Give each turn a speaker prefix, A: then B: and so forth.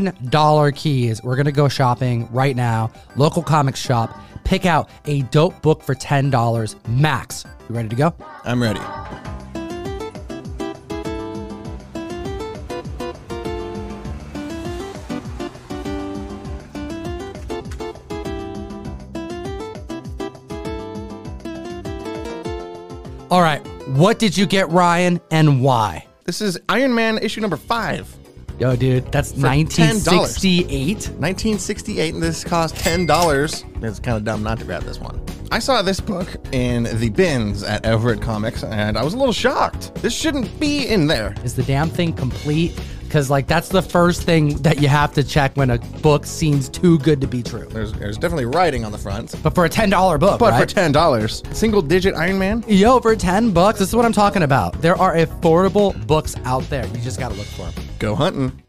A: $10 keys. We're going to go shopping right now. Local comics shop. Pick out a dope book for $10 max. You ready to go?
B: I'm ready.
A: All right. What did you get, Ryan, and why?
B: This is Iron Man issue number five,
A: Yo, dude, that's
B: $10.
A: 1968.
B: 1968, and this cost ten dollars. It's kind of dumb not to grab this one. I saw this book in the bins at Everett Comics, and I was a little shocked. This shouldn't be in there.
A: Is the damn thing complete? Because, like, that's the first thing that you have to check when a book seems too good to be true.
B: There's, there's definitely writing on the front,
A: But for a $10 book,
B: but
A: right?
B: for ten dollars, single digit Iron Man.
A: Yo, for 10 bucks, this is what I'm talking about. There are affordable books out there. You just got to look for them.
B: Go hunting.